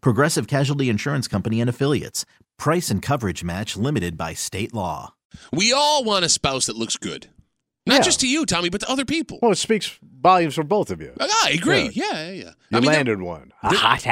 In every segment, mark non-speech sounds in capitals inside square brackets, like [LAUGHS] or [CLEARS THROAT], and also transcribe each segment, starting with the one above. Progressive Casualty Insurance Company and Affiliates. Price and coverage match limited by state law. We all want a spouse that looks good. Not Yeah. just to you, Tommy, but to other people. Ah, Well, it speaks volumes for both of you. I agree. Yeah. Yeah, yeah, yeah. You I mean, [LAUGHS] landed one. hot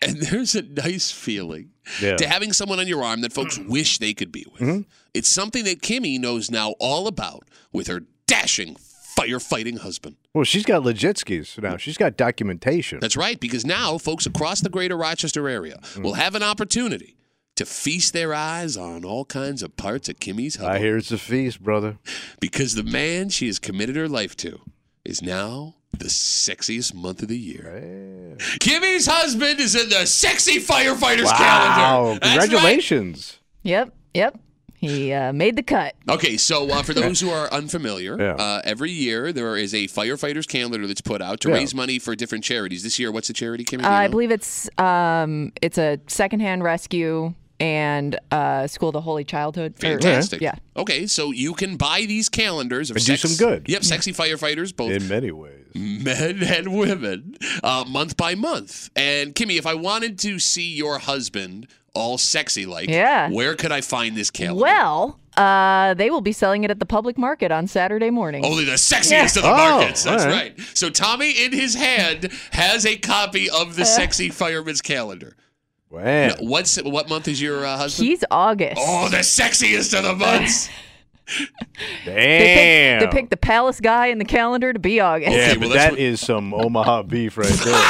And there's a nice feeling Yeah. to having someone on your arm that folks Mm-hmm. wish they could be with. It's something that Kimmy knows now all about with her dashing firefighting husband. Well, she's got legit skis now. She's got documentation. That's right, because now folks across the greater Rochester area Mm-hmm. will have an opportunity to feast their eyes on all kinds of parts of Kimmy's husband. I hear it's a feast, brother. because the man she has committed her life to is now the sexiest month of the year. Kimmy's husband is in the sexy firefighters calendar. That's right. Congratulations. Yep, yep. He uh, made the cut. Okay, so uh, for those who are unfamiliar, Yeah. uh, every year there is a firefighters calendar that's put out to Yeah. raise money for different charities. This year, what's the charity, Kimmy? Do Uh, you I know? believe it's um, it's a secondhand rescue and uh, school to holy childhood. or- Fantastic. Yeah. Okay, so you can buy these calendars of And do sex- some good. Yep, sexy firefighters, both In many ways. Mm. men [LAUGHS] and women uh, month by month. And Kimmy, if I wanted to see your husband all sexy like, Yeah. where could I find this calendar? Well, uh, they will be selling it at the public market on Saturday morning. Only the sexiest Yeah. of the Oh, markets. That's all right. right. So Tommy in his hand has a copy of Uh. the sexy fireman's calendar. Wow. What's what month is your uh, husband? He's August. oh, the sexiest [LAUGHS] of the months. they, picked, Damn. they picked the palace guy in the calendar to be August. yeah, Okay, well, but that's that what- is some Omaha beef right there.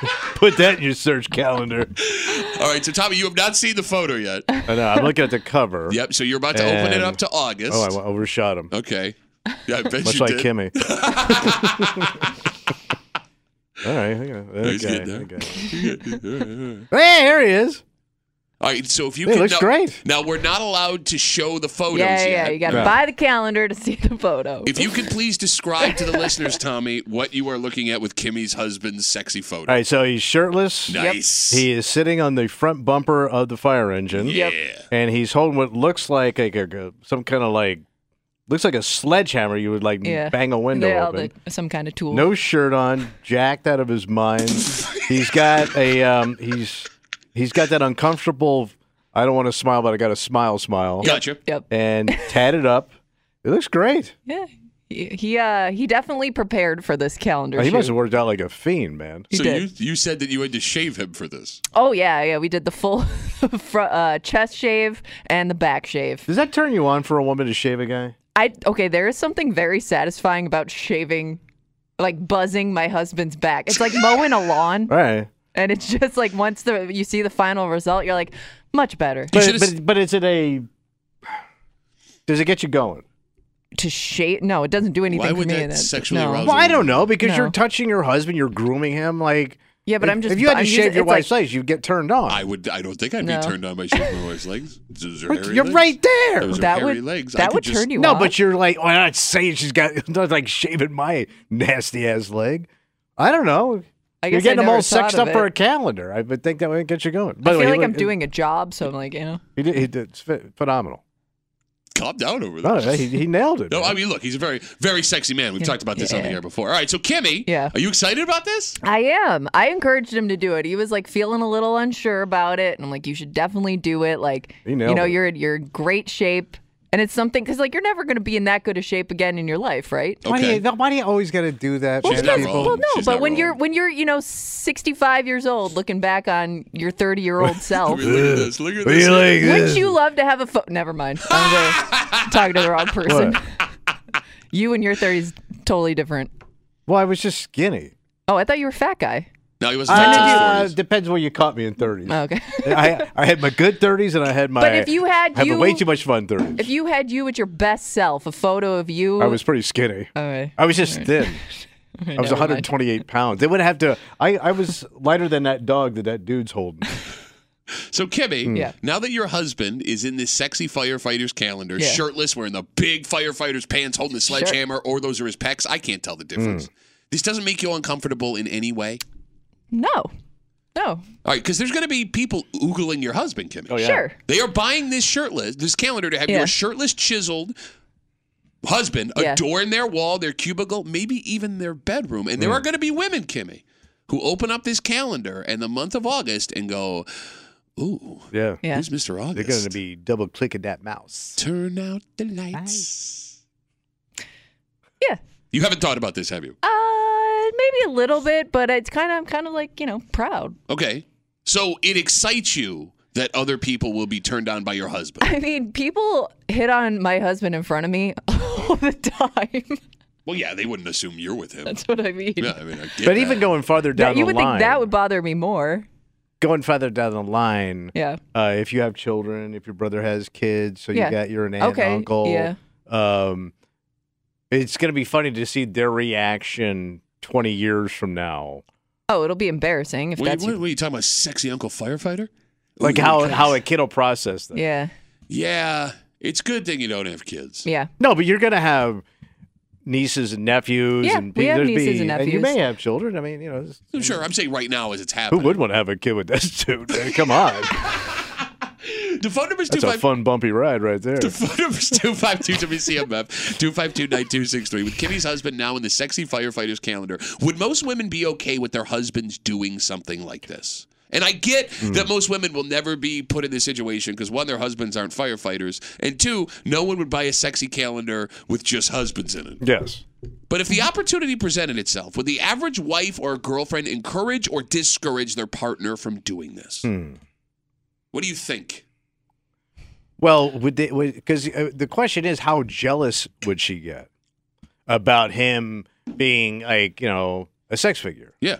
[LAUGHS] Put that in your search calendar. all right, so Tommy, you have not seen the photo yet. Uh. I know, I'm looking at the cover. Yep. So you're about to open it And- up to August. Oh, I went- overshot him. okay. Yeah, I bet Much you like did. [LAUGHS] Kimmy. All right, hang on. That He's guy, getting there. that [LAUGHS] guy. Hey, here he is. All right, so if you It can looks now, great. Now we're not allowed to show the photos [LAUGHS] yeah, yeah, yeah. yet. You got to Yeah. buy the calendar to see the photo. If you could please describe to the listeners, Tommy, what you are looking at with Kimmy's husband's sexy photo. All right, so he's shirtless. Nice. He is sitting on the front bumper of the fire engine. Yeah. And he's holding what looks like a, a- some kind of like looks like a sledgehammer. You would like yeah. bang a window Yeah, open. the- some kind of tool. No shirt on, jacked out of his mind. he's got a um, he's he's got that uncomfortable. I don't want to smile, but I got a smile smile. Gotcha. Yep. And [LAUGHS] tatted up. It looks great. Yeah. He he, uh, he definitely prepared for this calendar. Oh, he shoot. must have worked out like a fiend, man. He so did. you you said that you had to shave him for this. Oh yeah, yeah. We did the full [LAUGHS] fr- uh, chest shave and the back shave. Does that turn you on for a woman to shave a guy? I okay. There is something very satisfying about shaving, like buzzing my husband's back. It's like mowing a [LAUGHS] lawn, All right. and it's just like once the you see the final result, you're like, much better You But, should've s- but, but is it a. Does it get you going? to shave. No, it doesn't do anything Why would for me. that and it's- sexually no. arouse Well, I don't know because No. you're touching your husband, you're grooming him. Like, Yeah, but if, I'm just- If you had to I'm shave using- your it's like- wife's legs, you'd get turned on. I would. I don't think I'd No. be turned on by shaving my wife's legs. Those are hairy you're legs. right there. Those are That hairy would legs. I that could would just- turn you No, off. but you're like, well, I'm not saying she's got [LAUGHS] not like shaving my nasty ass leg. I don't know. I you're guess I getting them all never thought sexed of up for it. a calendar. I would think that would get you going. I feel he like I'm looked- doing a job, so I'm like, you know, He did, he did, it's ph- phenomenal. Calm down over No, this. he, he nailed it. No, man. I mean, look, he's a very, very sexy man. We've talked about this on the air before. All right, so Kimmy, Yeah. are you excited about this? I am. I encouraged him to do it. He was like feeling a little unsure about it, and I'm like, you should definitely do it. Like, He you nailed know, it. you're in you're in great shape. And it's something because like you're never going to be in that good a shape again in your life, right? Okay. Why, do you, why do you always got to do that? Oh, She's to not people? wrong. Well, no, She's but not when wrong. you're when you're you know 65 years old, looking back on your 30 [LAUGHS] year old I self, mean, look at this. Look at this. wouldn't you love to have a phone? [LAUGHS] Never mind. I'm gonna- talking to the wrong person. [LAUGHS] you and your 30s totally different. Well, I was just skinny. Oh, I thought you were a fat guy. No, he wasn't talking Uh, to his 40s. depends where you caught me in 30s. Oh, okay. [LAUGHS] I, I had my good 30s and I had my. But if you had having you- way too much fun 30s. if you had you at your best self, a photo of you. I was pretty skinny. All right. I was just [LAUGHS] thin. I was never mind. 128 pounds. They would have to. I, I was lighter than that dog that that dude's [LAUGHS] holding. So, Kimmy, Mm. Yeah. now that your husband is in this sexy firefighters calendar, Yeah. shirtless, wearing the big firefighters pants, holding the sledgehammer, or those are his pecs, I can't Mm. tell the difference. This doesn't make you uncomfortable in any way. No. No. All right, because there's going to be people oogling your husband, Kimmy. Oh, yeah. Sure. They are buying this shirtless, this calendar to have Yeah. your shirtless, chiseled husband Yeah. adorn their wall, their cubicle, maybe even their bedroom. And there Mm. are going to be women, Kimmy, who open up this calendar in the month of August and go, "Ooh, Yeah. Yeah. who's Mr. August?" They're going to be double clicking that mouse. turn out the lights. Yeah. You haven't thought about this, have you? Uh, maybe a little bit, but it's kind of I'm kind of like you know proud. [LAUGHS] Okay, so it excites you that other people will be turned on by your husband. I mean, people hit on my husband in front of me [LAUGHS] all the time. [LAUGHS] well, yeah, they wouldn't assume you're with him. That's what I mean. Yeah, I mean, I get But that. even going farther down That- you the would line, think that would bother me more. going farther down the line, Yeah. uh, if you have children, if your brother has kids, so Yeah. you got your aunt, and Okay, uncle. yeah. Um, it's going to be funny to see their reaction 20 years from now. Oh, it'll be embarrassing if Wait, that's. what, what are you talking about? Sexy uncle firefighter? Like Ooh, how, Christ. how a kid will process that. Yeah. Yeah, it's a good thing you don't have kids. Yeah. No, but you're going to have nieces and nephews. Yeah, and pe- we have there's nieces and you may nephews. have children. I mean, you know, it's- I'm sure. I'm saying right now as it's who happening. would want to have a kid with this dude? man? Come [LAUGHS] on. The phone number is That's a 25 fun, bumpy ride right there. The phone number is 252 WCMF, 252 With Kimmy's husband now in the sexy firefighters calendar, would most women be okay with their husbands doing something like this? And I get that most women will never be put in this situation because one, their husbands aren't firefighters, and two, no one would buy a sexy calendar with just husbands in it. Yes. But if the opportunity presented itself, would the average wife or girlfriend encourage or discourage their partner from doing this? What do you think? Well, would they? Because uh, the question is, how jealous would she get about him being like you know a sex figure Yeah.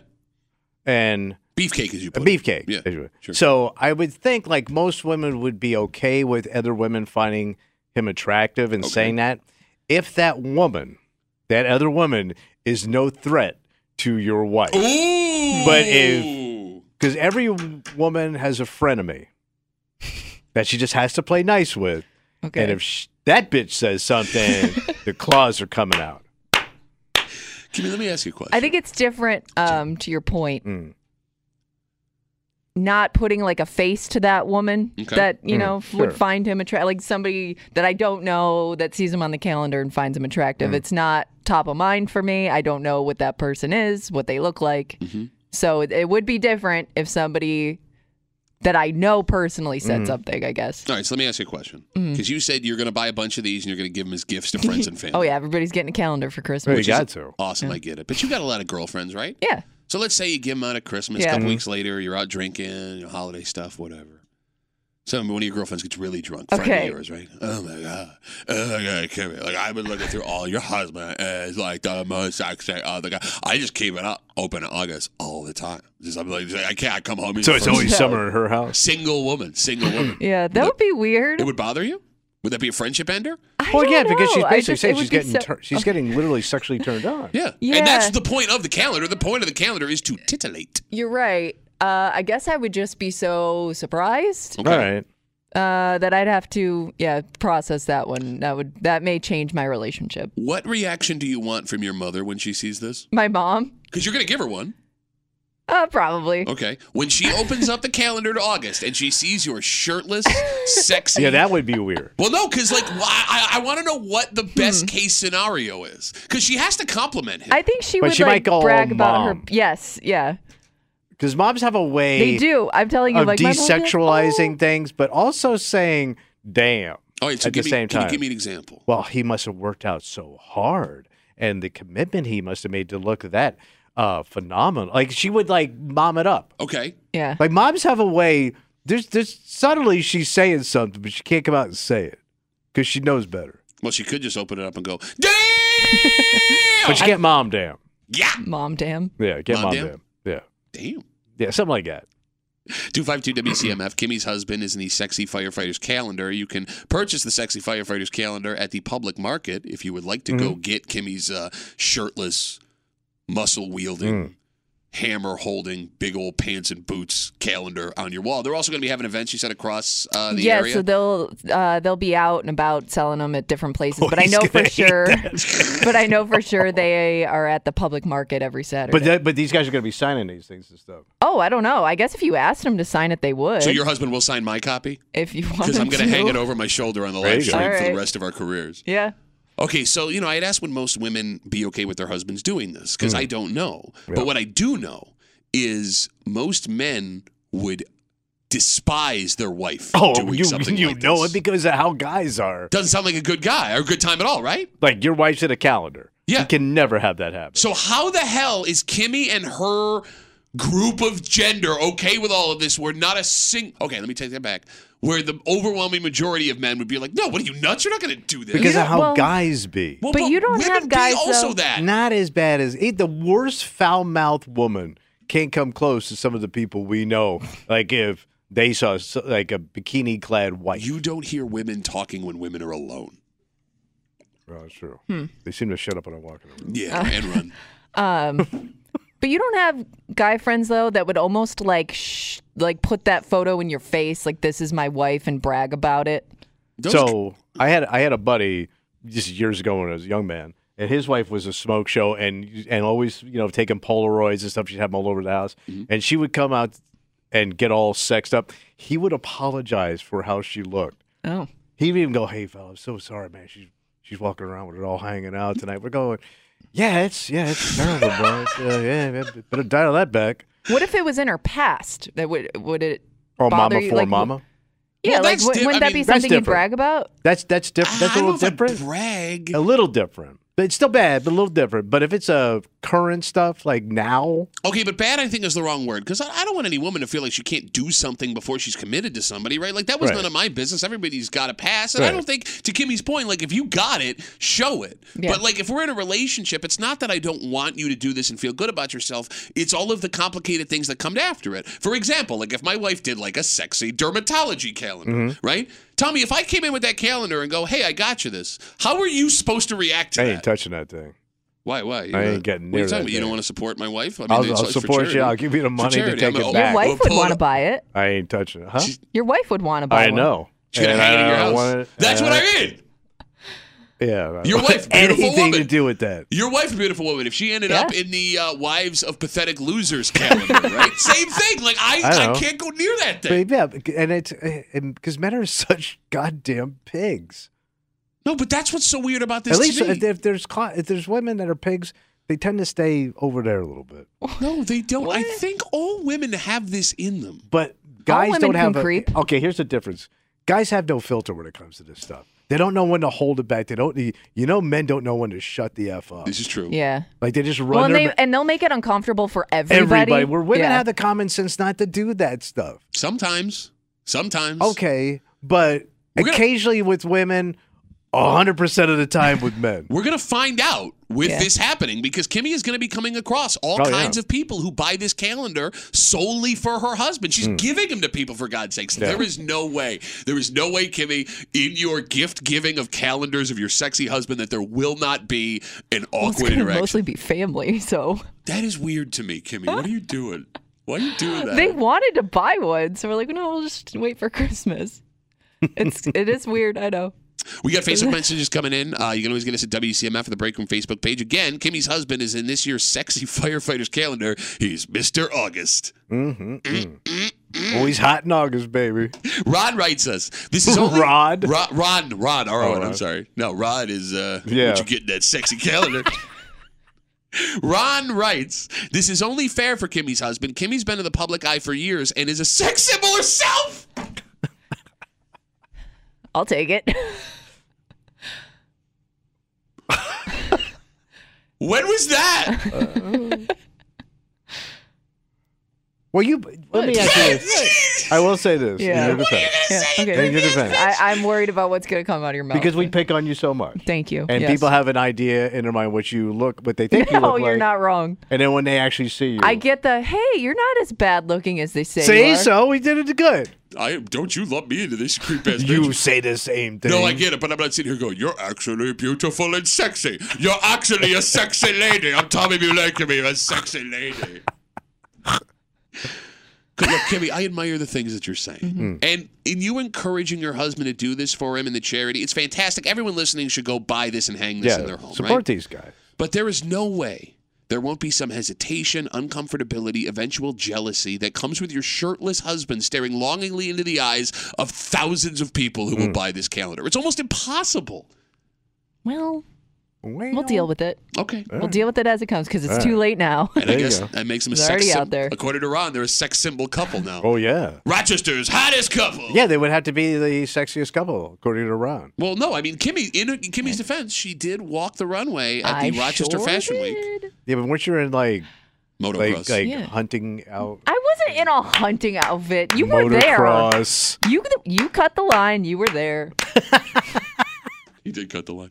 and Beefcake, as you a put it. beefcake? Yeah, as it were. sure. So I would think like most women would be okay with other women finding him attractive and saying that if that woman, that other woman, is no threat to your wife. Ooh. But if- because every woman has a frenemy that she just has to play nice with. Okay. And if sh that bitch says [LAUGHS] something, the claws are coming out. Kimmy, let me ask you a question. I think it's different. Um, to your point, Mm. not putting like a face to that woman Okay. that you know f- Mm, sure. would find him attractive, like somebody that I don't know that sees him on the calendar and finds him attractive. Mm. It's not top of mind for me. I don't know what that person is, what they look like. So it, it would be different if somebody that I know personally said Mm. something. I guess. All right, so let me ask you a question. Mm. Because you said you're going to buy a bunch of these and you're going to give them as [LAUGHS] gifts to friends and family. Oh yeah, Mm. everybody's getting a calendar for Christmas. Well, you got to. Awesome, I get it. But you got a lot of girlfriends, right? Yeah. So let's say you give them out at Christmas. A Yeah. Mm-hmm. couple weeks later, you're out drinking, you know, holiday stuff, whatever. Some one of your girlfriends gets really drunk, friend Okay. of yours, right? Oh my god, oh my god, Kimmy! Like I've been looking through all your husband is like the most sexy other guy. I just keep it up, open in August all the time. Just I'm like, I can't come home. So it's First- always summer at her house. single woman, [GASPS] single woman. Yeah, that would be weird. It would bother you? Would that be a friendship ender? I Well, don't yeah, because she's know. I basically just- it saying would she's be getting so- tur- she's getting literally sexually turned on. Yeah. Yeah. And that's the point of the calendar. The point of the calendar is to titillate. You're right. Uh, I guess I would just be so surprised All right. uh, that I'd have to, yeah, process that one. That would that may change my relationship. What reaction do you want from your mother when she sees this? My mom, Because you're going to give her one. uh, probably. Okay. When she opens up the calendar to August and she sees your [LAUGHS] shirtless, sexy. Yeah, that would be weird. Well, no, because like why- I, I want to know what the Hmm. best case scenario is. Because she has to compliment him. I think she But would she might like go, brag "Oh, about her. Mom." Yes, yeah, Because moms have a way they do. I'm telling you, of like my mom would be like, desexualizing "Oh." things, but also saying, damn. All right, so at give the me, same can time. you give me an example? Well, he must have worked out so hard, and the commitment he must have made to look that uh, phenomenal. Like she would like mom it up. Okay. Yeah. Like moms have a way. There's, there's suddenly she's saying something, but she can't come out and say it because she knows better. Well, she could just open it up and [LAUGHS] go, damn! But you can't mom damn. yeah. Mom, damn. Yeah, get Mom mom, damn? damn. Yeah, Damn. yeah, something like that. 252 WCMF. [CLEARS THROAT] Kimmy's husband is in the Sexy Firefighters calendar. You can purchase the Sexy Firefighters calendar at the public market if you would like to Mm-hmm. go get Kimmy's uh, shirtless, muscle wielding, Mm. hammer holding, big old pants and boots calendar on your wall. They're also going to be having events, you said, across uh, the yeah, area. so they'll uh, they'll be out and about selling them at different places. but Oh, I he's know gonna for hate sure. [LAUGHS] but I know for sure they are at the public market every Saturday. But that, but these guys are going to be signing these things and stuff. oh, I don't know. I guess if you asked them to sign it, they would. So your husband will sign my copy? if you [LAUGHS] want. Because I'm them going to hang to. it over my shoulder on the you live go. stream for the Alright. rest of our careers. Yeah. Okay, so you know, I had asked would most women be okay with their husbands doing this Hmm. because I don't know. But what I do know is most men would despise their wife doing Oh, you something you like know this. it because of how guys are. Doesn't sound like a good guy or a good time at all, right? Like your wife's in a calendar. Yeah. you can never have that happen. So how the hell is Kimmy and her group of gender okay with all of this? Where not a sing. Okay, let me take that back. Where the overwhelming majority of men would be like, "No, what are you nuts? You're not going to do this." because Yeah, of how well- guys be. Well, But you don't women have be guys, also though. that. Not as bad as eh, the worst foul mouthed woman can't come close to some of the people we know. Like if they saw s- like a bikini clad white. You don't hear women talking when women are alone. oh, that's true. They seem to shut up when I walk in the room. Yeah, and run. But you don't have guy friends though that would almost like sh- like put that photo in your face, like this is my wife, and brag about it. Those- So I had I had a buddy just years ago when I was a young man, and his wife was a smoke show and and always you know taking Polaroids and stuff. She'd have them all over the house, Mm-hmm. and she would come out and get all sexed up. He would apologize for how she looked. Oh. He'd even go, "Hey, fella, I'm so sorry, man. She's she's walking around with it all hanging out tonight. We're going, yeah, it's yeah, it's terrible, bro. It's, uh, yeah, yeah, better dial that back." What if it was in her past? That would would it? Or Oh, bother mama you? for Like, mama. Yeah, Well, like that's wou- di- wouldn't I that mean, be that's something you different. brag about? That's that's different. That's I a don't little know if I'd different. brag. a little different. But it's still bad, but a little different. But if it's a current stuff like now, Okay, but bad I think is the wrong word because I, I don't want any woman to feel like she can't do something before she's committed to somebody, right? Like that was Right. none of my business. Everybody's got a pass, and I Right. don't think to Kimmy's point, like if you got it, show it. Yeah. But like if we're in a relationship, it's not that I don't want you to do this and feel good about yourself. It's all of the complicated things that come after it. For example, like if my wife did like a sexy dermatology calendar, Mm-hmm. right? Tommy, if I came in with that calendar and go, "Hey, I got you this," how are you supposed to react to I that? ain't touching that thing. Why? Why? I ain't getting What are you near talking that about? You don't thing. want to support my wife? I mean, I'll- it's- I'll it's for support you. charity. I'll give you the For money to charity. take I'm it a- back. Your We'll wife would want to buy it. I ain't touching it, huh? Your wife would want to buy I one. know. She's gonna And hang it in your I don't house. want it- That's and what I mean. Yeah. Your wife, beautiful [LAUGHS] anything to woman. do with that. Your wife, beautiful woman. If she ended Yeah. up in the uh, wives of pathetic losers [LAUGHS] calendar, right? Same thing. Like I, I I, know. can't go near that thing. But yeah, and it's because men are [LAUGHS] such goddamn pigs. No, but that's what's so weird about this. At least to me. if, if there's cli- if there's women that are pigs, they tend to stay over there a little bit. no, they don't. I What? think all women have this in them. But guys women don't have can a, creep. Okay, here's the difference. Guys have no filter when it comes to this stuff. They don't know when to hold it back. They don't. You know, men don't know when to shut the f up. This is true. Yeah. Like they just run Well, and, their they, and they'll make it uncomfortable for everybody. everybody. Where women Yeah. have the common sense not to do that stuff. Sometimes, sometimes. Okay, but We're gonna- occasionally with women, hundred percent of the time [LAUGHS] with men. We're gonna find out with Yeah. this happening because Kimmy is gonna be coming across all Oh, yeah. kinds of people who buy this calendar solely for her husband. She's Hmm. giving him to people for God's sakes. There is no way, there is no way, Kimmy, in your gift giving of calendars of your sexy husband that there will not be an Well, [LAUGHS] it's awkward gonna interaction. mostly be family, [LAUGHS] so that is weird to me, Kimmy. What are you doing? Why are you [LAUGHS] doing that? they wanted to buy one, so we're like, no, we'll just wait for Christmas. [LAUGHS] It's it is weird, I know. We got [LAUGHS] Facebook messages coming in. Uh, you can always get us at WCMF for the Break Room Facebook page. Again, Kimmy's husband is in this year's Sexy Firefighters calendar. He's Mr. August. Always hot in August, baby. Rod writes us. This [LAUGHS] is only Rod? Oh, Rod. Rod. Rod. All right. I'm Rod. sorry. No, Rod is. Uh, Yeah. What you get in that sexy calendar? [LAUGHS] Ron writes, "This is only fair for Kimmy's husband. Kimmy's been in the public eye for years and is a sex symbol herself." I'll take it. [LAUGHS] When was [LAUGHS] that? Well, you let me ask you [LAUGHS] this. I will say this. Yeah. In your defense. Yeah, In okay. your defense. I, I'm worried about what's going to come out of your mouth. because we pick on you so much. Thank you. And Oh, Yes. people have an idea in their mind what you look, what they think you [LAUGHS] No, look you're like. not wrong. And then when they actually see you, I get the hey, you're not as bad looking as they say. you see. are." So we did it good. [LAUGHS] I don't you lump me into this creep ass You say the same thing. No, I get it, but I'm not sitting here going, You're actually beautiful and sexy. You're actually a sexy lady. I'm Tommy Mulaney, a sexy lady. [LAUGHS] 'Cause Look, Kimmy, I admire the things that you're saying. And in you encouraging your husband to do this for him in the charity, it's fantastic. Everyone listening should go buy this and hang this Yeah. in their home. support right? these guys. But there is no way there won't be some hesitation, uncomfortability, eventual jealousy that comes with your shirtless husband staring longingly into the eyes of thousands of people Hmm. who will buy this calendar. It's almost impossible. Well, we'll deal with it. Okay. We'll deal with it as it comes because it's too late now. And I There you guess go. that makes them a It's sex already sym- out there. According to Ron, they're a sex symbol couple now. Oh yeah. Rochester's hottest couple. Yeah, they would have to be the sexiest couple according to Ron. Well, no, I mean Kimmy. In, in Kimmy's defense, she did walk the runway at the [LAUGHS] I Rochester sure Fashion Week did. Yeah, but once you're in like motocross. like like Yeah. hunting out, I wasn't in a hunting outfit. You were there. motocross. You you cut the line. You were there. he did cut the line.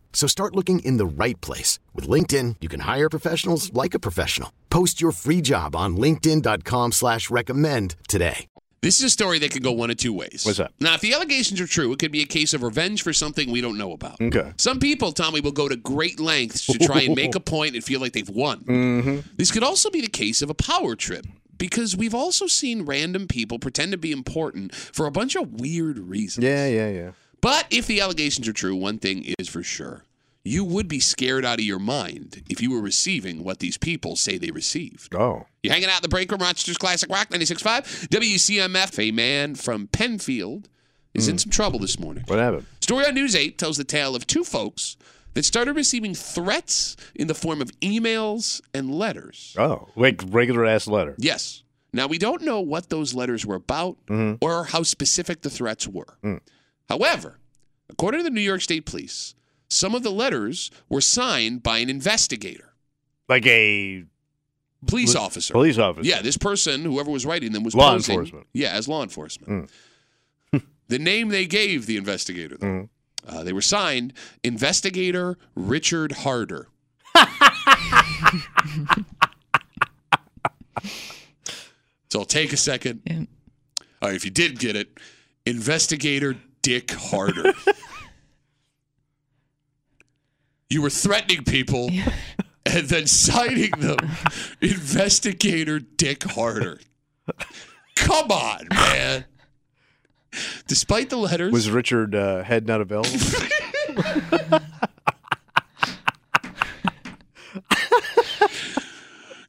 So start looking in the right place. With LinkedIn, you can hire professionals like a professional. Post your free job on linkedin.com/recommend slash recommend today. This is a story that could go one of two ways. What's that? Now, if the allegations are true, it could be a case of revenge for something we don't know about. Okay. Some people, Tommy, will go to great lengths to try and make a point and feel like they've won. Mm-hmm. This could also be the case of a power trip because we've also seen random people pretend to be important for a bunch of weird reasons. Yeah, yeah, yeah. But if the allegations are true, one thing is for sure. You would be scared out of your mind if you were receiving what these people say they received. Oh, You're hanging out in the break room, Rochester's Classic Rock 96.5, WCMF. A man from Penfield is in some trouble this morning. Hmm. what happened? Story on News 8 tells the tale of two folks that started receiving threats in the form of emails and letters. Oh, like regular ass letter. Yes. Now, we don't know what those letters were about Mm-hmm. or how specific the threats were. Hmm. However, according to the New York State Police, some of the letters were signed by an investigator, Like a police officer. police officer. Yeah, this person, whoever was writing them, was Law posing- enforcement. Mm. Yeah, as law enforcement. [LAUGHS] the name they gave the investigator, though, uh, they were signed Investigator Richard [LAUGHS] Harder. so I'll take a second. Yeah. All right, if you did get it, Investigator Dick Harder. you were threatening people and then signing them investigator dick harder come on man despite the letters Was Richard uh, head not available?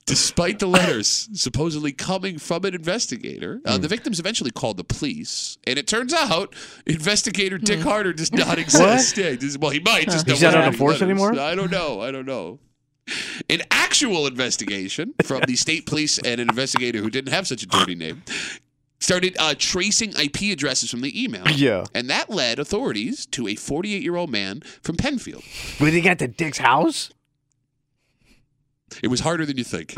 Despite the letters supposedly coming from an investigator, uh, Hmm. the victims eventually called the police, and it turns out investigator Dick Harder does [LAUGHS] not exist. Yeah, this- well, he might. Just Hmm. He's no not one's on the writing force letters. anymore? I don't know. I don't know. An actual investigation from the state police and an investigator who didn't have such a dirty name started uh, tracing IP addresses from the email. Yeah. And that led authorities to a 48 year old man from Penfield. Were they at the Dick's house? It was harder than you think.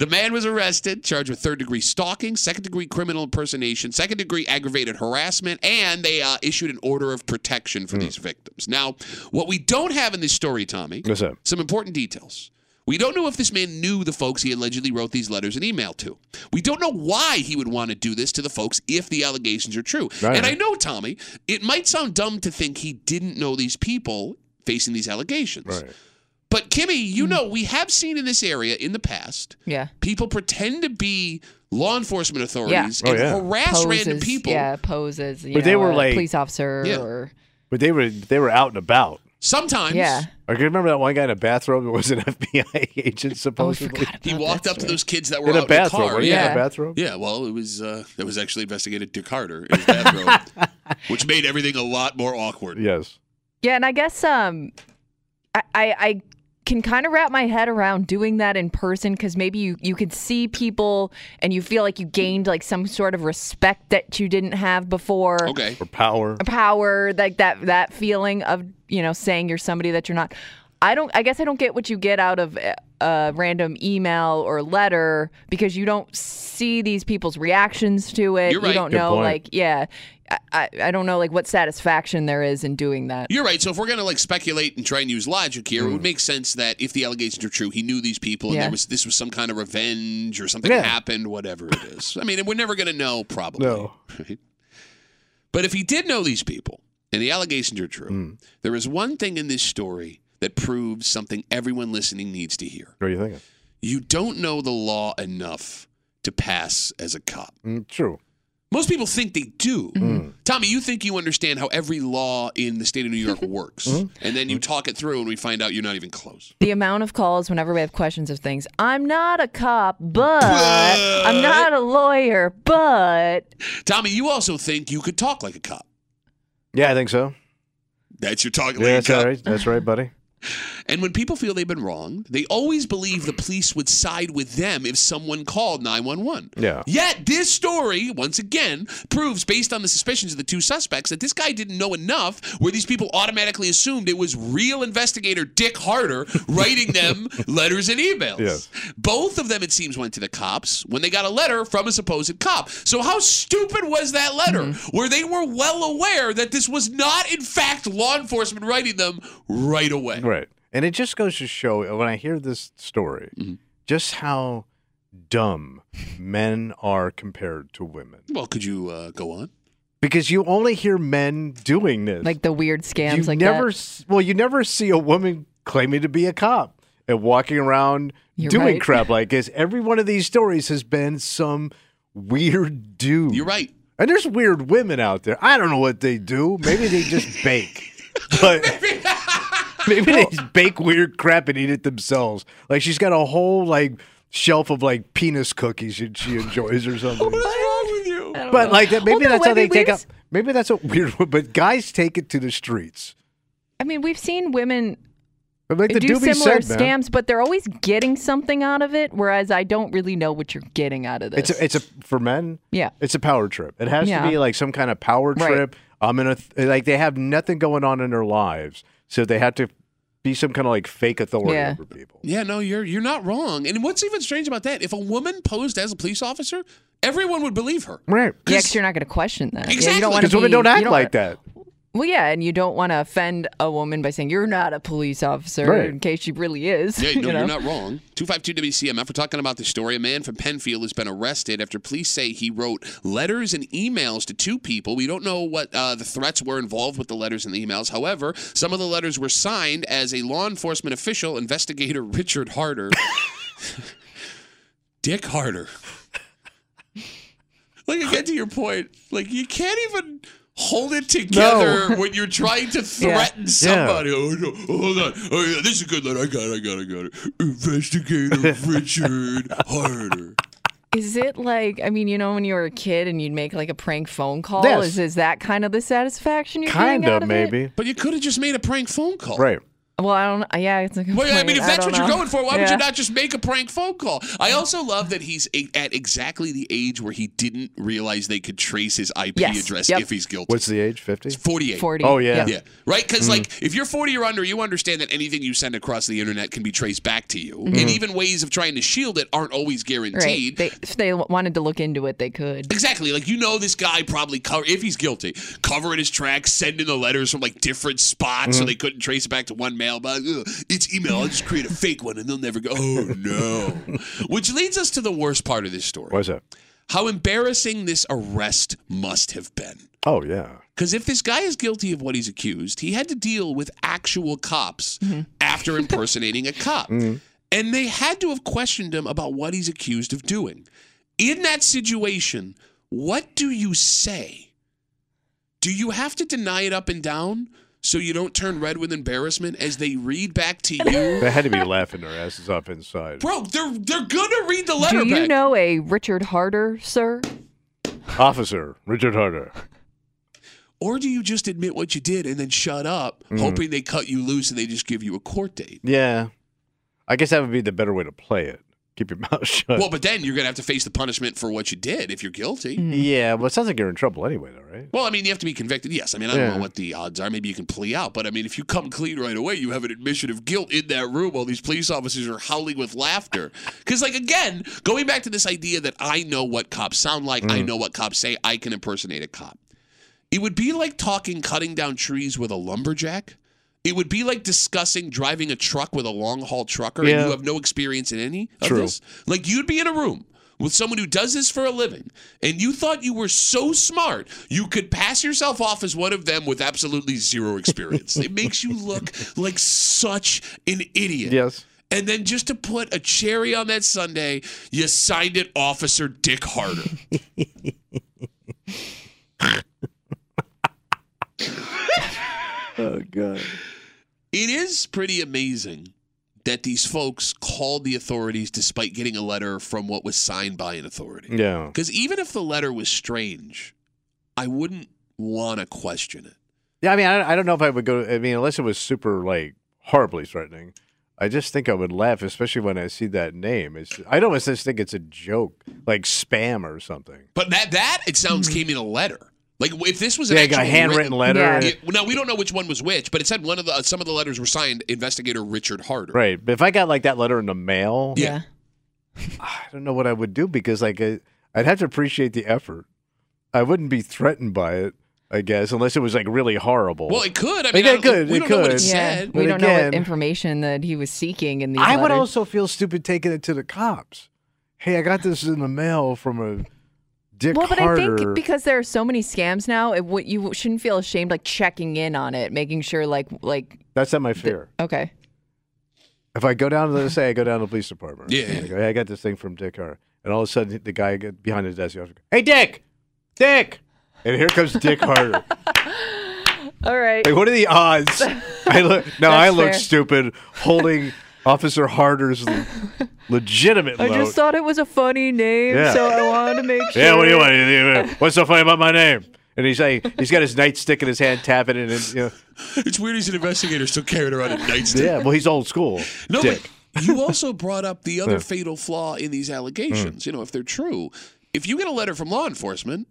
the man was arrested, charged with third degree stalking, second degree criminal impersonation, second degree aggravated harassment, and they uh, issued an order of protection for these victims. Now, what we don't have in this story, Tommy, What's up? some important details. We don't know if this man knew the folks he allegedly wrote these letters and email to. We don't know why he would want to do this to the folks if the allegations are true. Right. And I know, Tommy, it might sound dumb to think he didn't know these people facing these allegations. But Kimmy, you Mm. know, we have seen in this area in the past Yeah. people pretend to be law enforcement authorities Oh, and yeah. harass random people. Yeah, poses. You But they know, were a like- police officer Yeah. or But they were they were out and about. Sometimes yeah. I can remember that one guy in a bathrobe that was an [LAUGHS] FBI agent Oh, I supposedly. forgot about he walked that up to story. those kids that were in out a in bathrobe, the car. were you in Yeah. a bathrobe? Yeah, well, it was uh, that was actually investigated Dick Carter in his [LAUGHS] bathrobe, which made everything a lot more awkward. Yes. Yeah, and I guess um, I I, I can kind of wrap my head around doing that in person because maybe you you could see people and you feel like you gained like some sort of respect that you didn't have before. Okay, Or power. Power, like that that feeling of you know saying you're somebody that you're not. I don't. I guess I don't get what you get out of a- a random email or letter because you don't see these people's reactions to it. You're right. You don't Good know, point. like, yeah, I, I, I don't know, like, what satisfaction there is in doing that. you're right. So if we're gonna like speculate and try and use logic here, Mm. it would make sense that if the allegations are true, he knew these people, and Yeah. there was this was some kind of revenge or something Yeah. happened, whatever it is. I mean, we're never gonna know, probably. No. right? But if he did know these people and the allegations are true, there is one thing in this story that proves something everyone listening needs to hear. What are you thinking? You don't know the law enough to pass as a cop. Mm, true. Most people think they do. Mm-hmm. Tommy, you think you understand how every law in the state of New York works. And then you talk it through and we find out you're not even close. the amount of calls whenever we have questions of things. I'm not a cop, but I'm not a lawyer, but Tommy, you also think you could talk like a cop. Yeah, I think so. That's your talking Yeah, like a that's all cop. right. That's right, buddy. And when people feel they've been wronged, they always believe the police would side with them if someone called 911. [LAUGHS] Yeah. Yet this story, once again, proves based on the suspicions of the two suspects that this guy didn't know enough where these people automatically assumed it was real investigator Dick [LAUGHS] Harder writing them letters and emails. Yes. Both of them, it seems, went to the cops when they got a letter from a supposed cop. So how stupid was that letter Mm-hmm. where they were well aware that this was not, in fact, law enforcement writing them right away? Right. And it just goes to show when I hear this story, just how dumb men are compared to women. Well, could you uh, go on? Because you only hear men doing this. like the weird scams you like never that. s- well you never see a woman claiming to be a cop and walking around You're doing right. crap [LAUGHS] like this every one of these stories has been some weird dude You're right. and there's weird women out there i don't know what they do maybe they just bake but maybe they just bake weird crap and eat it themselves like she's got a whole like shelf of like penis cookies that she enjoys or something What's wrong with you? I don't but know. like that maybe Although, that's how I they mean, take we've- up maybe that's what weird [LAUGHS] but guys take it to the streets I mean, we've seen women but like the do doobie similar said, man. scams, but they're always getting something out of it, whereas I don't really know what you're getting out of this. It's a, it's a for men. Yeah. it's a power trip. It has to Yeah. be like some kind of power Right. trip. I'm in a th- like they have nothing going on in their lives, so they have to be some kind of like fake authority Yeah. over people. Yeah, no, you're you're not wrong. And what's even strange about that? If a woman posed as a police officer, everyone would believe her. Right. yeah, 'cause you're not going to question that. Yeah, Exactly. you don't wanna Because women be- don't you act like wanna- that. Well, yeah, and you don't want to offend a woman by saying you're not a police officer Right. in case she really is. Yeah, [LAUGHS] you no, know? you're not wrong. 252WCMF, we're talking about the story. A man from Penfield has been arrested after police say he wrote letters and emails to two people. We don't know what uh, the threats were involved with the letters and the emails. However, some of the letters were signed as a law enforcement official, investigator [LAUGHS] Richard [LAUGHS] Harder. Dick Harder. Like, again, to your point, like, you can't even Hold it together when you're trying to threaten somebody. Oh, no. Hold on. Oh, yeah. This is a good one. I got it. I got it. I got it. Investigator Richard Harder. Is it like I mean, you know, when you were a kid and you'd make like a prank phone call? Yes. Is is that kind of the satisfaction you're getting Kind out of, of it? maybe. But you could have just made a prank phone call. Right. Well, I don't. Yeah, it's a good Well, I point. mean, if that's don't what you're know. going for, why would Yeah. you not just make a prank phone call? I also love that he's a- at exactly the age where he didn't realize they could trace his IP Yes. address Yep. if he's guilty. What's the age? 50? 48. Forty. Oh, yeah. Yeah, right. Because Mm-hmm. like, if you're 40 or under, you understand that anything you send across the internet can be traced back to you, and even ways of trying to shield it aren't always Mm-hmm. Right. guaranteed. They, if they wanted to look into it, they could. Exactly. Like you know, this guy probably cover if he's guilty, covering his tracks, sending the letters from like different spots, Mm-hmm. so they couldn't trace it back to one mailbox. Ugh, it's email. I'll just create a fake one, and they'll never go. Oh no! [LAUGHS] Which leads us to the worst part of this story: What's that? how embarrassing this arrest must have been. Oh, yeah. Because if this guy is guilty of what he's accused, he had to deal with actual cops Mm-hmm. after impersonating a [LAUGHS] cop. And they had to have questioned him about what he's accused of doing. In that situation, what do you say? Do you have to deny it up and down so you don't turn red with embarrassment as they read back [LAUGHS] to you? They had to be laughing their asses off inside. Bro, they're they're gonna read the letter Do you back. know a Richard Harder, sir? Officer Richard Harder. Or do you just admit what you did and then shut up, Mm-hmm. hoping they cut you loose and they just give you a court date? Yeah. I guess that would be the better way to play it. Keep your [LAUGHS] mouth shut. Well, but then you're going to have to face the punishment for what you did if you're guilty. mm. yeah, well, it sounds like you're in trouble anyway, though, right? Well, I mean, you have to be convicted. Yes, I mean, I don't Yeah. know what the odds are. Maybe you can plea out, but I mean, if you come clean right away, you have an admission of guilt in that room while these police officers are howling with laughter. Because, like, again, going back to this idea that I know what cops sound like, I Mm. know what cops say, I can impersonate a cop. It would be like talking cutting down trees with a lumberjack. It would be like discussing driving a truck with a long haul trucker and Yeah. you have no experience in any of True. this. Like you'd be in a room with someone who does this for a living and you thought you were so smart you could pass yourself off as one of them with absolutely zero experience. it makes you [LAUGHS] look like such an idiot. Yes. And then just to put a cherry on that Sunday, you signed it Officer Dick Harder. Oh, God. It is pretty amazing that these folks called the authorities despite getting a letter from what was signed by an authority. Yeah. Because even if the letter was strange, I wouldn't want to question it. Yeah, I mean, I, I don't know if I would go. I mean, unless it was super, like, horribly threatening. I just think I would laugh, especially when I see that name. It's, I don't just think it's a joke, like spam or something. But that that it sounds came in a letter. Like if this was an Hmm. Yeah, like actual a handwritten written- letter. Yeah. and- It- now we don't know which one was which, but it said one of the uh, some of the letters were signed investigator Richard Harder. Right. But if I got like that letter in the mail, Yeah. I don't know what I would do because like I, I'd have to appreciate the effort. I wouldn't be threatened by it, I guess, unless it was like really horrible. Well, it could. I mean, Yeah, I it don't, could, we it don't know what it could. Yeah. said. We But don't know again- what information that he was seeking in these. I would letters. also feel stupid taking it to the cops. Hey, I got this in the mail from a Dick Well, but Harder. I think because there are so many scams now, it, would- you shouldn't feel ashamed like checking in on it, making sure like like That's not my fear. okay. If I go down to let's say I go down to the police department. Yeah. and I go, hey, I got this thing from Dick Harder, and all of a sudden the guy get- behind his desk goes, "Hey, Dick, Dick," and here comes Dick [LAUGHS] Harder. All right. Like, what are the odds? I [LAUGHS] look now. I That's look fair. stupid holding Officer Harder's l- legitimate. I load. just thought it was a funny name, Yeah. so I wanted to make [LAUGHS] sure. yeah, what do you want? You- you- uh, What's so funny about my name? And he's like, he's got his nightstick in his hand, tapping it. And, you know, It's weird he's an investigator still carrying around a nightstick. yeah, well, he's old school. No, Dick. but you also brought up the other fatal flaw in these allegations. Hmm. You know, if they're true, if you get a letter from law enforcement,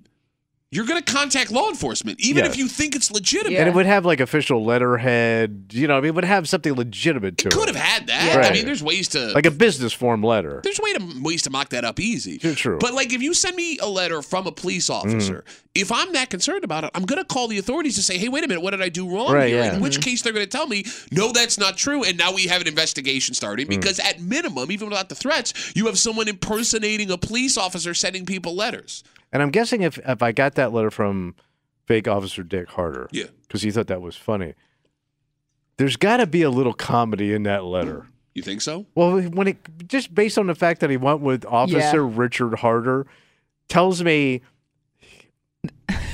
you're going to contact law enforcement, even if Yes. you think it's legitimate. And Yeah. it would have like official letterhead. You know, I mean, it would have something legitimate to You it. could have had that. I Right. mean, there's ways to. like a business form letter. there's way to, ways to mock that up easy. True, true. Mm-hmm. But like, if you send me a letter from a police officer, if I'm that concerned about it, I'm gonna call the authorities to say, "Hey, wait a minute, what did I do wrong?" Right, here? yeah. In which case, they're gonna tell me, "No, that's not true," and now we have an investigation Mm. starting because, at minimum, even without the threats, you have someone impersonating a police officer sending people letters. And I'm guessing if if I got that letter from fake Officer Dick Harder, Yeah. because he thought that was funny. There's got to be a little comedy in that letter. You think so? Well, when it just based on the fact that he went with Officer Richard Harder, tells me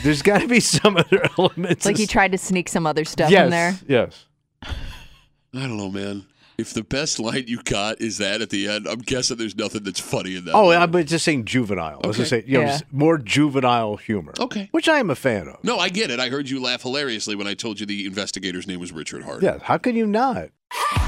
There's got to be some other [LAUGHS] elements. It's like he tried to sneak some other stuff yes, in there. Yes. I don't know, man. If the best line you got is that at the end, I'm guessing there's nothing that's funny in that. Oh, line. I'm just saying juvenile. Let's just say you know, Yeah. just more juvenile humor. Okay. Which I am a fan of. no, I get it. I heard you laugh hilariously when I told you the investigator's name was Richard Hart. Yeah. How can you not?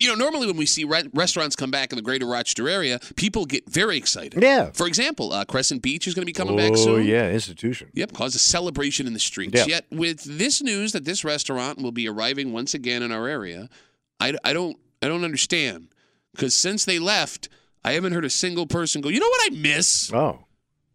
You know, normally when we see re- restaurants come back in the greater Rochester area, people get very excited. Yeah. For example, uh, Crescent Beach is going to be coming oh back soon. yeah, institution. Yep, cause a celebration in the streets. Yeah. Yet, with this news that this restaurant will be arriving once again in our area, I, I don't I don't understand because since they left, I haven't heard a single person go. You know what I miss? Oh,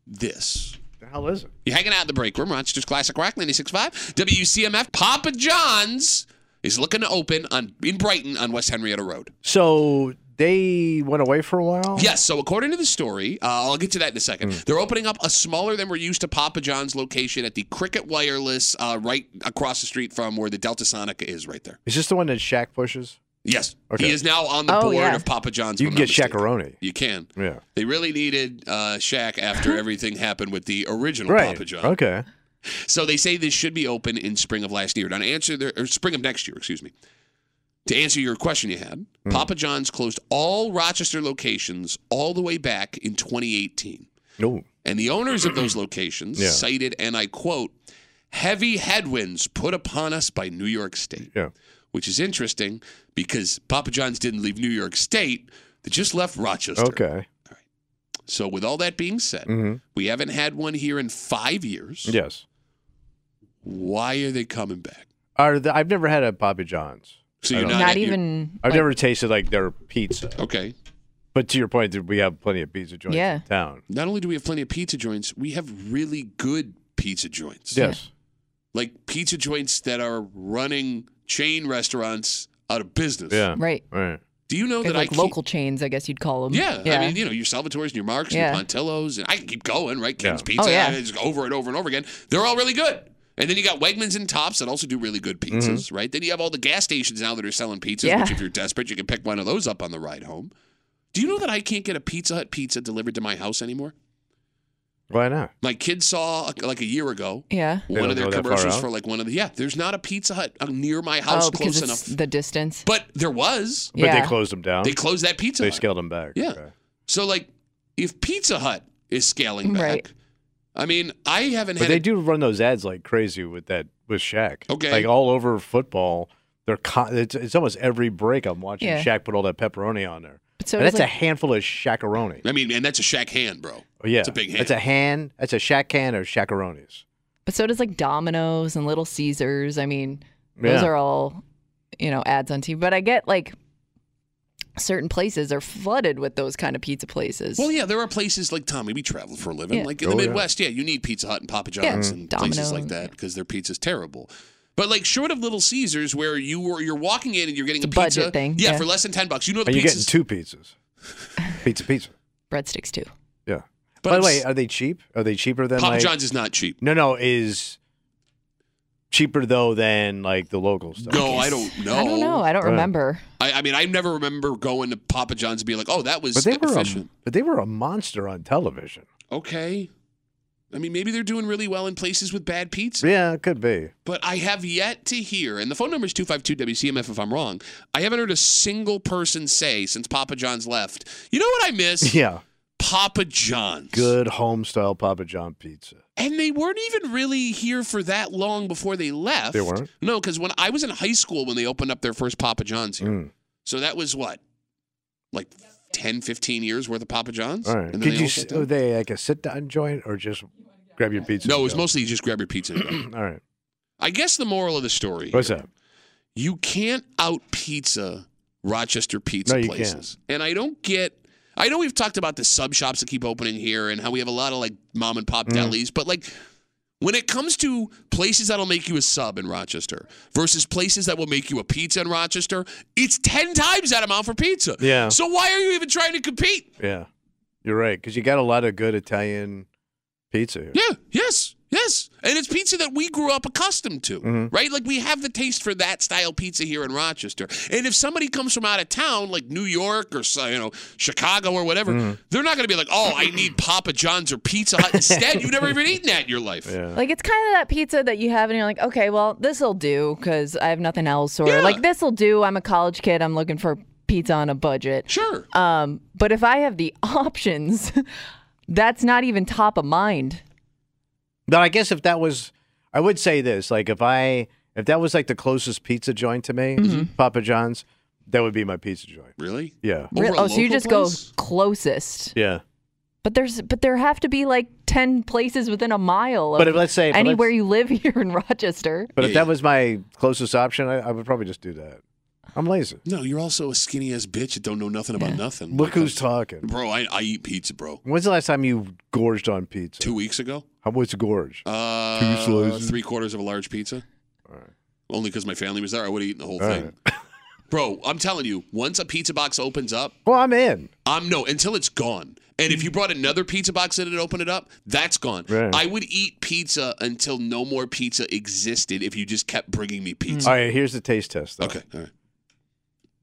This. the hell is it? You're hanging out in the break room, Rochester's Classic Rock 96.5. WCMF Papa John's is looking to open on in Brighton on West Henrietta Road. So they went away for a while. Yes, so according to the story, uh, I'll get to that in a second. Mm. They're opening up a smaller than we're used to Papa John's location at the Cricket Wireless, uh, right across the street from where the Delta Sonica is, right there. Is this the one that Shaq pushes? Yes, Okay. he is now on the Oh, board yeah. of Papa John's. You if can I'm get not mistaken. Shaqaroni. You can. Yeah. They really needed uh, Shaq [LAUGHS] after everything happened with the original Right. Papa John's. Okay. So they say this should be open in spring of last year. Now, to answer their or spring of next year, excuse me. To answer your question you had, Hmm. Papa John's closed all Rochester locations all the way back in 2018. No. And the owners of [CLEARS THROAT] those locations Yeah. cited, and I quote, heavy headwinds put upon us by New York State, Yeah. which is interesting because Papa John's didn't leave New York State. They just left Rochester. Okay. So, with all that being said, Mhm. we haven't had one here in five years. Yes. Why are they coming back? Are the, I've never had a Papa John's. So, I you're don't- not, Not you- even. I've like- never tasted like their pizza. Okay. But to your point, we have plenty of pizza joints Yeah. in town. Not only do we have plenty of pizza joints, we have really good pizza joints. Yes. Like pizza joints that are running chain restaurants out of business. Yeah. Right. Right. Do you know They're that like I can't- local chains, I guess you'd call them. Yeah, I mean, you know, your Salvatore's and your Marks Yeah. and your Pontillos, and I can keep going, right? Ken's Yeah. Pizza, Oh, yeah. I mean, it's over and over and over again. They're all really good. And then you got Wegmans and Tops that also do really good Mm-hmm. pizzas, right? Then you have all the gas stations now that are selling pizzas, Yeah. which if you're desperate, you can pick one of those up on the ride home. Do you know that I can't get a Pizza Hut pizza delivered to my house anymore? Why not? My kids saw like a year ago yeah. They one don't of their go that far commercials out? for like one of the yeah. There's not a Pizza Hut uh, near my house Oh, because close it's enough, the distance. but there was. But yeah. they closed them down. They closed that Pizza. They Hut. scaled them back. Yeah. Okay. So like, if Pizza Hut is scaling back, Right. I mean, I haven't But had. they a- do run those ads like crazy with that with Shaq. Okay. Like all over football, they're con- it's, it's almost every break I'm watching Yeah. Shaq put all that pepperoni on there. So and it's that's a like- handful of shakaroni. I mean, and that's a Shaq hand, bro. Oh, yeah. it's a big hand. That's a hand. That's a Shaq hand of shakaronis. But so does like Domino's and Little Caesars. I mean, those Yeah. are all, you know, ads on TV. But I get like certain places are flooded with those kind of pizza places. well, yeah, there are places like Tommy. We travel for a living, Yeah. like in the Oh, Midwest. Yeah. you need Pizza Hut and Papa John's and places Domino's, like that yeah. because their pizza's terrible. But like short of Little Caesars, where you were, you're walking in and you're getting It's a a pizza budget thing, Yeah, yeah. for less than ten bucks. You know the And you're getting pizza's [LAUGHS] two pizzas. Pizza, pizza. Breadsticks too. Yeah. But By the it's- way, are they cheap? Are they cheaper than Papa like, John's is not cheap. No, no, is cheaper though than like the local stuff. No, I don't know. I don't know. I don't Right. remember. I, I mean, I never remember going to Papa John's and being like, "Oh, that was But they were um, a, efficient." but they were a monster on television. okay. I mean, maybe they're doing really well in places with bad pizza. Yeah, it could be. But I have yet to hear, and the phone number is 252 WCMF if I'm wrong. I haven't heard a single person say since Papa John's left, you know what I miss? [LAUGHS] Yeah. Papa John's. Good home style Papa John pizza. And they weren't even really here for that long before they left. They weren't? No, because when I was in high school when they opened up their first Papa John's here. Mm. So that was what? Like 10, 15 years worth of Papa John's? All right. And then Did they you all s- shut down? were they like a sit down joint or just grab your pizza? No, it and was go? mostly you just grab your pizza. and go. [CLEARS THROAT] All right. I guess the moral of the story. What's that? you can't out pizza Rochester pizza No, you places. And I don't get I know Mm. we've talked about the sub shops that keep opening here and how we have a lot of like mom and pop delis, but like When it comes to places that'll make you a sub in Rochester versus places that will make you a pizza in Rochester, it's 10 times that amount for pizza. Yeah. So why are you even trying to compete? Yeah, you're right because you got a lot of good Italian pizza here. Yeah, yes, yes. And it's pizza that we grew up accustomed to, Mm-hmm. right? Like we have the taste for that style pizza here in Rochester. And if somebody comes from out of town, like New York or so- you know Chicago or whatever, Mm-hmm. they're not going to be like, "Oh, I need Papa John's or Pizza Hut." Instead, you've never even eaten that in your life. Like it's kind of that pizza that you have, and you're like, okay, well, this'll do because I have nothing else, or Yeah. like this'll do. I'm a college kid. I'm looking for pizza on a budget. Sure. Um, but if I have the [LAUGHS] options, that's not even top of mind. But I guess if that was, I would say this: like if I if that was like the closest pizza joint to me, Mm-hmm. Papa John's, that would be my pizza joint. really? Yeah, Over Re- a oh, so you local just place? go closest. yeah. But there's but there have to be like ten places within a mile. Of But if- let's say- but let's- anywhere you live [LAUGHS] here in Rochester. But if Yeah, that was my closest option, I, I would probably just do that. I'm lazy. No, you're also a skinny ass bitch that don't know nothing about nothing. Look who's talking. Bro, I, I eat pizza, bro. When's the last time you gorged on pizza? Two weeks ago, How much gorge? uh, Two slices. three quarters of a large pizza. Only because my family was there, I would have eaten the whole All thing. [LAUGHS] Bro, I'm telling you, once a pizza box opens up, Well, I'm in. I'm no until it's gone. And if you brought another pizza box in and opened it up, that's gone. Right. I would eat pizza until no more pizza existed if you just kept bringing me pizza. All right, here's the taste test. Though. Okay, all right.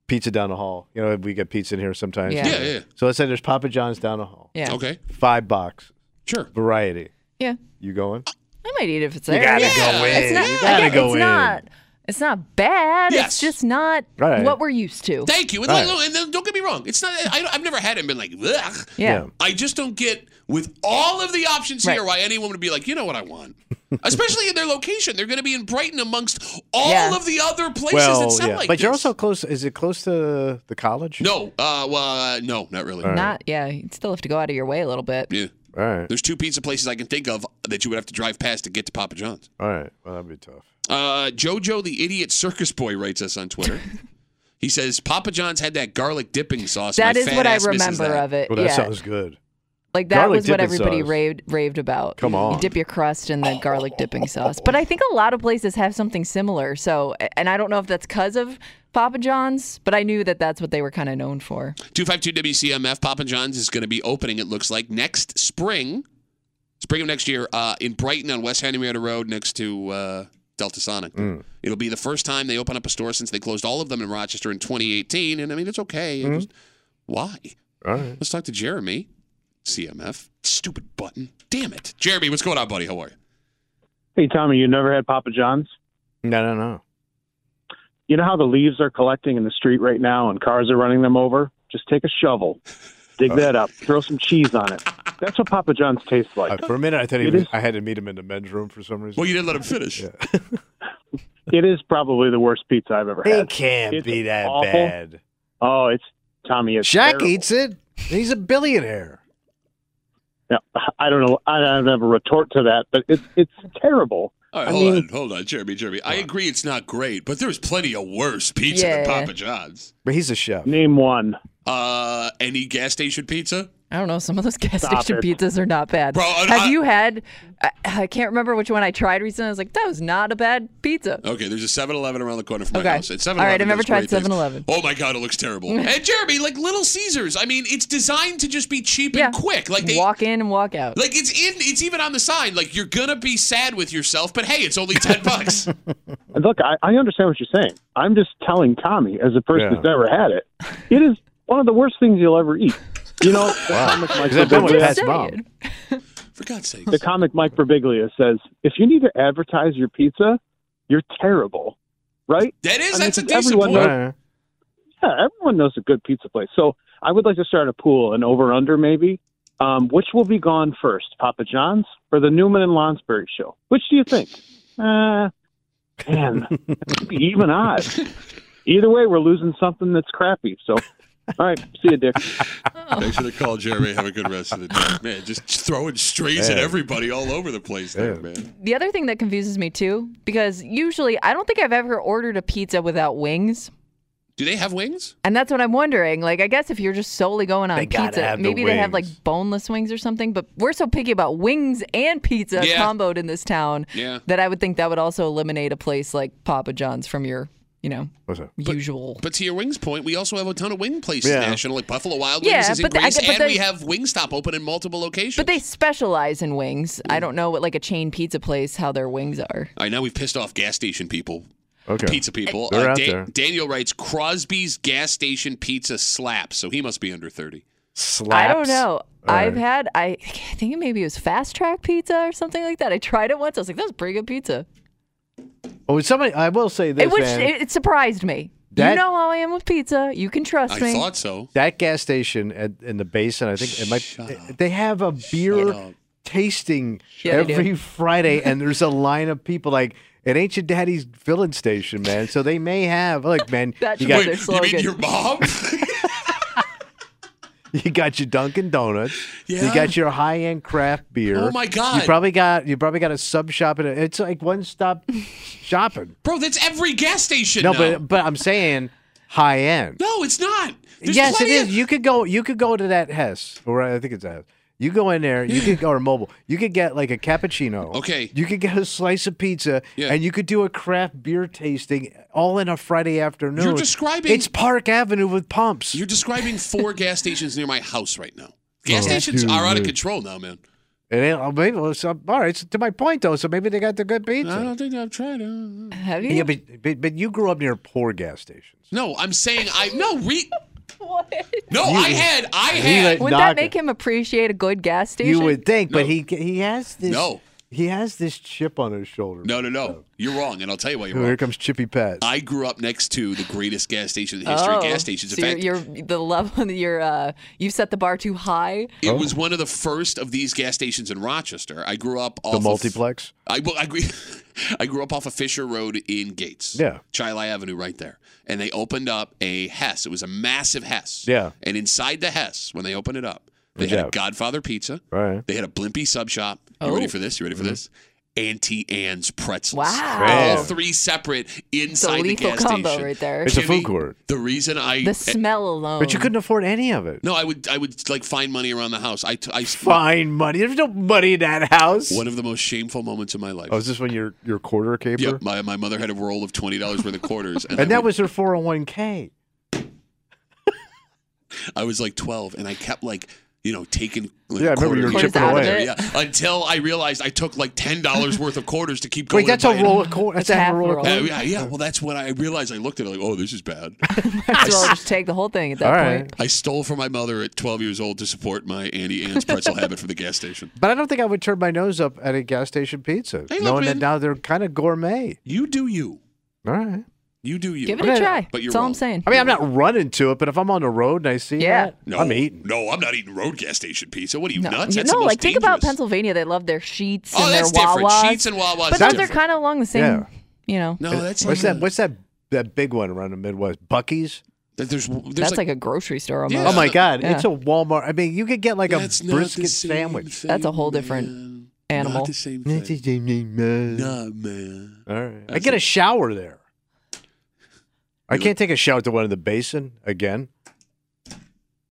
Pizza down the hall. You know, we get pizza in here sometimes. Yeah. Yeah, yeah. So let's say there's Papa John's down the hall. Yeah. Okay, Five box sure. variety. Yeah. You going? I might eat it if it's You there. gotta yeah. go It's in. not, You gotta again, go it's in. Not, it's not bad. Yes. It's just not Right. what we're used to. Thank you. And, All right. look, and don't get me wrong. It's not. I, I've never had it and been like, Ugh. yeah. I just don't get with all of the options here why anyone would be like, you know what I [LAUGHS] want. Especially in their location, they're going to be in Brighton amongst all Yeah. of the other places that Well, sound yeah. like. but you're this. also close. Is it close to the college? no. Uh, well, uh, no, not really. Not yeah, you'd still have to go out of your way a little bit. Yeah. All right. There's two pizza places I can think of that you would have to drive past to get to Papa John's. All right. Well, that'd be tough. Uh, Jojo the Idiot Circus Boy writes us on [LAUGHS] Twitter. he says, Papa John's had that garlic dipping sauce. That My is fat what I ass misses remember that. of Uh, it. Well, that yeah. sounds good. like that garlic was what dipping everybody sauce. raved raved about. Come on. You dip your crust in the garlic dipping sauce. But I think a lot of places have something similar. So and I don't know if that's cuz of Papa John's, but I knew that that's what they were kind of known for. 252 WCMF Papa John's is going to be opening, it looks like, next spring. Spring of next year uh, in Brighton on West Henrietta Road next to uh, Delta Sonic. It'll be the first time they open up a store since they closed all of them in Rochester in 2018. And I mean, it's okay. I just- why? All right. Let's talk to Jeremy, CMF. Stupid button. Damn it. Jeremy, what's going on, buddy? How are you? Hey, Tommy, you never had Papa John's? No, no, no. You know how the leaves are collecting in the street right now and cars are running them over? Just take a shovel, dig that up, throw some cheese on it. That's what Papa John's tastes like. Uh, for a minute, I thought he It was, is- I had to meet him in the men's room for some reason. Well, you didn't let him finish. It is probably the worst pizza I've ever It had. can't It's be that awful. bad. Oh, it's Tommy. It's Shaq terrible. eats it. He's a billionaire. Yeah, I don't know. I don't have a retort to that, but it's it's terrible. All right, I hold mean- on. Hold on, Jeremy, Jeremy. I agree it's not great, but there's plenty of worse pizza than Yeah. Papa John's. But he's a chef. Name one. Uh, any gas station pizza? I don't know. Some of those gas Stop station it. pizzas are not bad. Bro, I- Have I- you had? I, I can't remember which one I tried recently. I was like, that was not a bad pizza. Okay, there's a 7-Eleven around the corner from my Okay. house. It's 7-Eleven. All right, I've never does tried great things. 7-Eleven. Oh my god, it looks terrible. [LAUGHS] and Jeremy, like Little Caesars, I mean, it's designed to just be cheap Yeah. and quick. Like they walk in and walk out. like it's in it's even on the sign like you're going to be sad with yourself, but hey, it's only 10 [LAUGHS] bucks. And look, I, I understand what you're saying. I'm just telling Tommy, as a person Yeah. who's never had it, it is one of the worst things you'll ever eat. You know, the comic Mike Is that the one Birbiglia- with Pat's Say mom? it. For God's sake. the comic Mike Birbiglia says, if you need to advertise your pizza, you're terrible, right? That is I mean, that's a since decent everyone point. knows- Yeah, everyone knows a good pizza place. So I would like to start a pool, an over under maybe. Um, which will be gone first, Papa John's or the Newman and Lonsberry show? Which do you think? Uh, man, it could be even odds. Either way, we're losing something that's crappy. So, all right, see you, Dick. Thanks for the call, Jeremy. Have a good rest of the day. [LAUGHS] Man, just throwing strays at Man. everybody all over the place there, man. The other thing that confuses me too, because usually I don't think I've ever ordered a pizza without wings. Do they have wings? And that's what I'm wondering. Like, I guess if you're just solely going on They gotta pizza, have the maybe they have like wings. boneless wings or something. But we're so picky about wings and pizza Yeah. comboed in this town Yeah. that I would think that would also eliminate a place like Papa John's from your, you know, What's that? usual. But to your wings point, we also have a ton of wing places Yeah. national, like Buffalo Wild Yeah, Wings is in but the- I Greece, get- but and we there's- have Wingstop open in multiple locations. But they specialize in wings. I don't know what like a chain pizza place how their wings are. I know we've pissed off gas station people, Okay. pizza people. Uh, They're out there. Daniel writes Crosby's gas station pizza slaps, so he must be under thirty. Slaps. I don't know. All I've right. had I, I think it maybe it was fast track pizza or something like that. I tried it once. I was like, that was pretty good pizza. Oh, somebody. I will say this, It, which man. it, it surprised me. That- you know how I am with pizza. You can trust I me. thought so. that gas station at, in the basin, I think it might. They have a beer up. tasting Yeah, they every Friday, and there's a line of people like. It ain't your daddy's filling station, man. So they may have like, man, [LAUGHS] That's you got their Wait, you mean slogan. your [LAUGHS] mom? you got your Dunkin' Donuts, you Yeah. got your high end craft beer. Oh, my God. You probably got you probably got a sub shop, and it's like [LAUGHS] one stop shopping. Bro, that's every gas station. No, now. but but I'm saying high end. no, it's not. There's yes, it plenty is. of- You could go. You could go to that Hess, or I think it's a Hess. You go in there. You could go or mobile. You could get like a cappuccino. Okay. You could get a slice of pizza, Yeah. and you could do a craft beer tasting all in a Friday afternoon. describing- It's Park Avenue with pumps. You're describing four gas stations near my house right [LAUGHS] now. Gas stations dude, are out of dude. control now, man. And it, oh, maybe well, so, all right. So to my point though, so maybe they got the good I pizza. don't think I've tried it. Have you? Yeah, but, but but you grew up near poor gas stations. No, I'm saying I no re [LAUGHS] What? no. I had I He had let- Would Knock that it. make him appreciate a good gas station? You would think, but No. he he has this. No. He has this chip on his shoulder. no no no. You're wrong, and I'll tell you why you're Here wrong. comes Chippy Pat. I grew up next to the greatest gas station in the history of gas stations. In Oh, So fact, you're, you're the [LAUGHS] level you're uh you've set the bar too high. it Oh. was one of the first of these gas stations in Rochester. I grew up off the of- multiplex. I well, I grew, [LAUGHS] I grew up off of Fisher Road in Gates. Yeah. Chilai Avenue right there. And they opened up a Hess. It was a massive Hess. Yeah. And inside the Hess, when they opened it up, they Yeah. had a Godfather pizza. All right. They had a Blimpie sub shop. You Oh. ready for this? You ready Mm-hmm. for this? Auntie Anne's pretzels. Wow. Man. All three separate It's a inside the lethal gas combo station. right there. It's a Jimmy, food court. The reason I The smell alone. Um, But you couldn't afford any of it. no, I would I would like find money around the house. I t- I- Fine money. There's no money in that house. one of the most shameful moments of my life. oh, is this when your your quarter caper? Yep, my, my mother had a roll of twenty dollars worth of quarters, and, And I, that would- was her 401k. I was like twelve, and I kept like you know taking like, Yeah, I remember quarter you were quarters chipping out of away. it, yeah, until I realized I took like ten dollars worth of quarters to keep going. Wait, that's and a buying- roll of quarter. That's It's half half a roll of roll. Yeah, quarter. yeah, yeah. Well, that's when I realized. I looked at it like, oh, this is bad. Might [LAUGHS] as well just take the whole thing at that All point. right. I stole from my mother at 12 years old to support my Auntie Anne's pretzel habit from the gas station. But I don't think I would turn my nose up at a gas station pizza, Hey, look, knowing that man. now they're kind of gourmet. You do you. All right. You do you. Give But it I- a try. but you're That's all wrong. I'm saying. I mean, I'm not running to it, but if I'm on the road and I see Yeah. that, no, I'm eating. No, I'm not eating road gas station pizza. What are you no, nuts? You- That's the no most like think about dangerous. Pennsylvania. They love their sheets Oh, and their that's different. Wawas. Sheets and Wawas But is those different. are kind of along the same. Yeah. You know, No, that's What's that? not- What's that? That big one around the Midwest, Bucky's. that there's, there's that's like, a grocery store almost. Yeah. Oh my God, Yeah. it's a Walmart. I mean, you could get like That's a not the brisket same sandwich. thing, That's a whole different man. animal. Not the same thing. No. Nah, man. All right. I That's get it. a shower there. I You can't take a shower at the one in the basin again.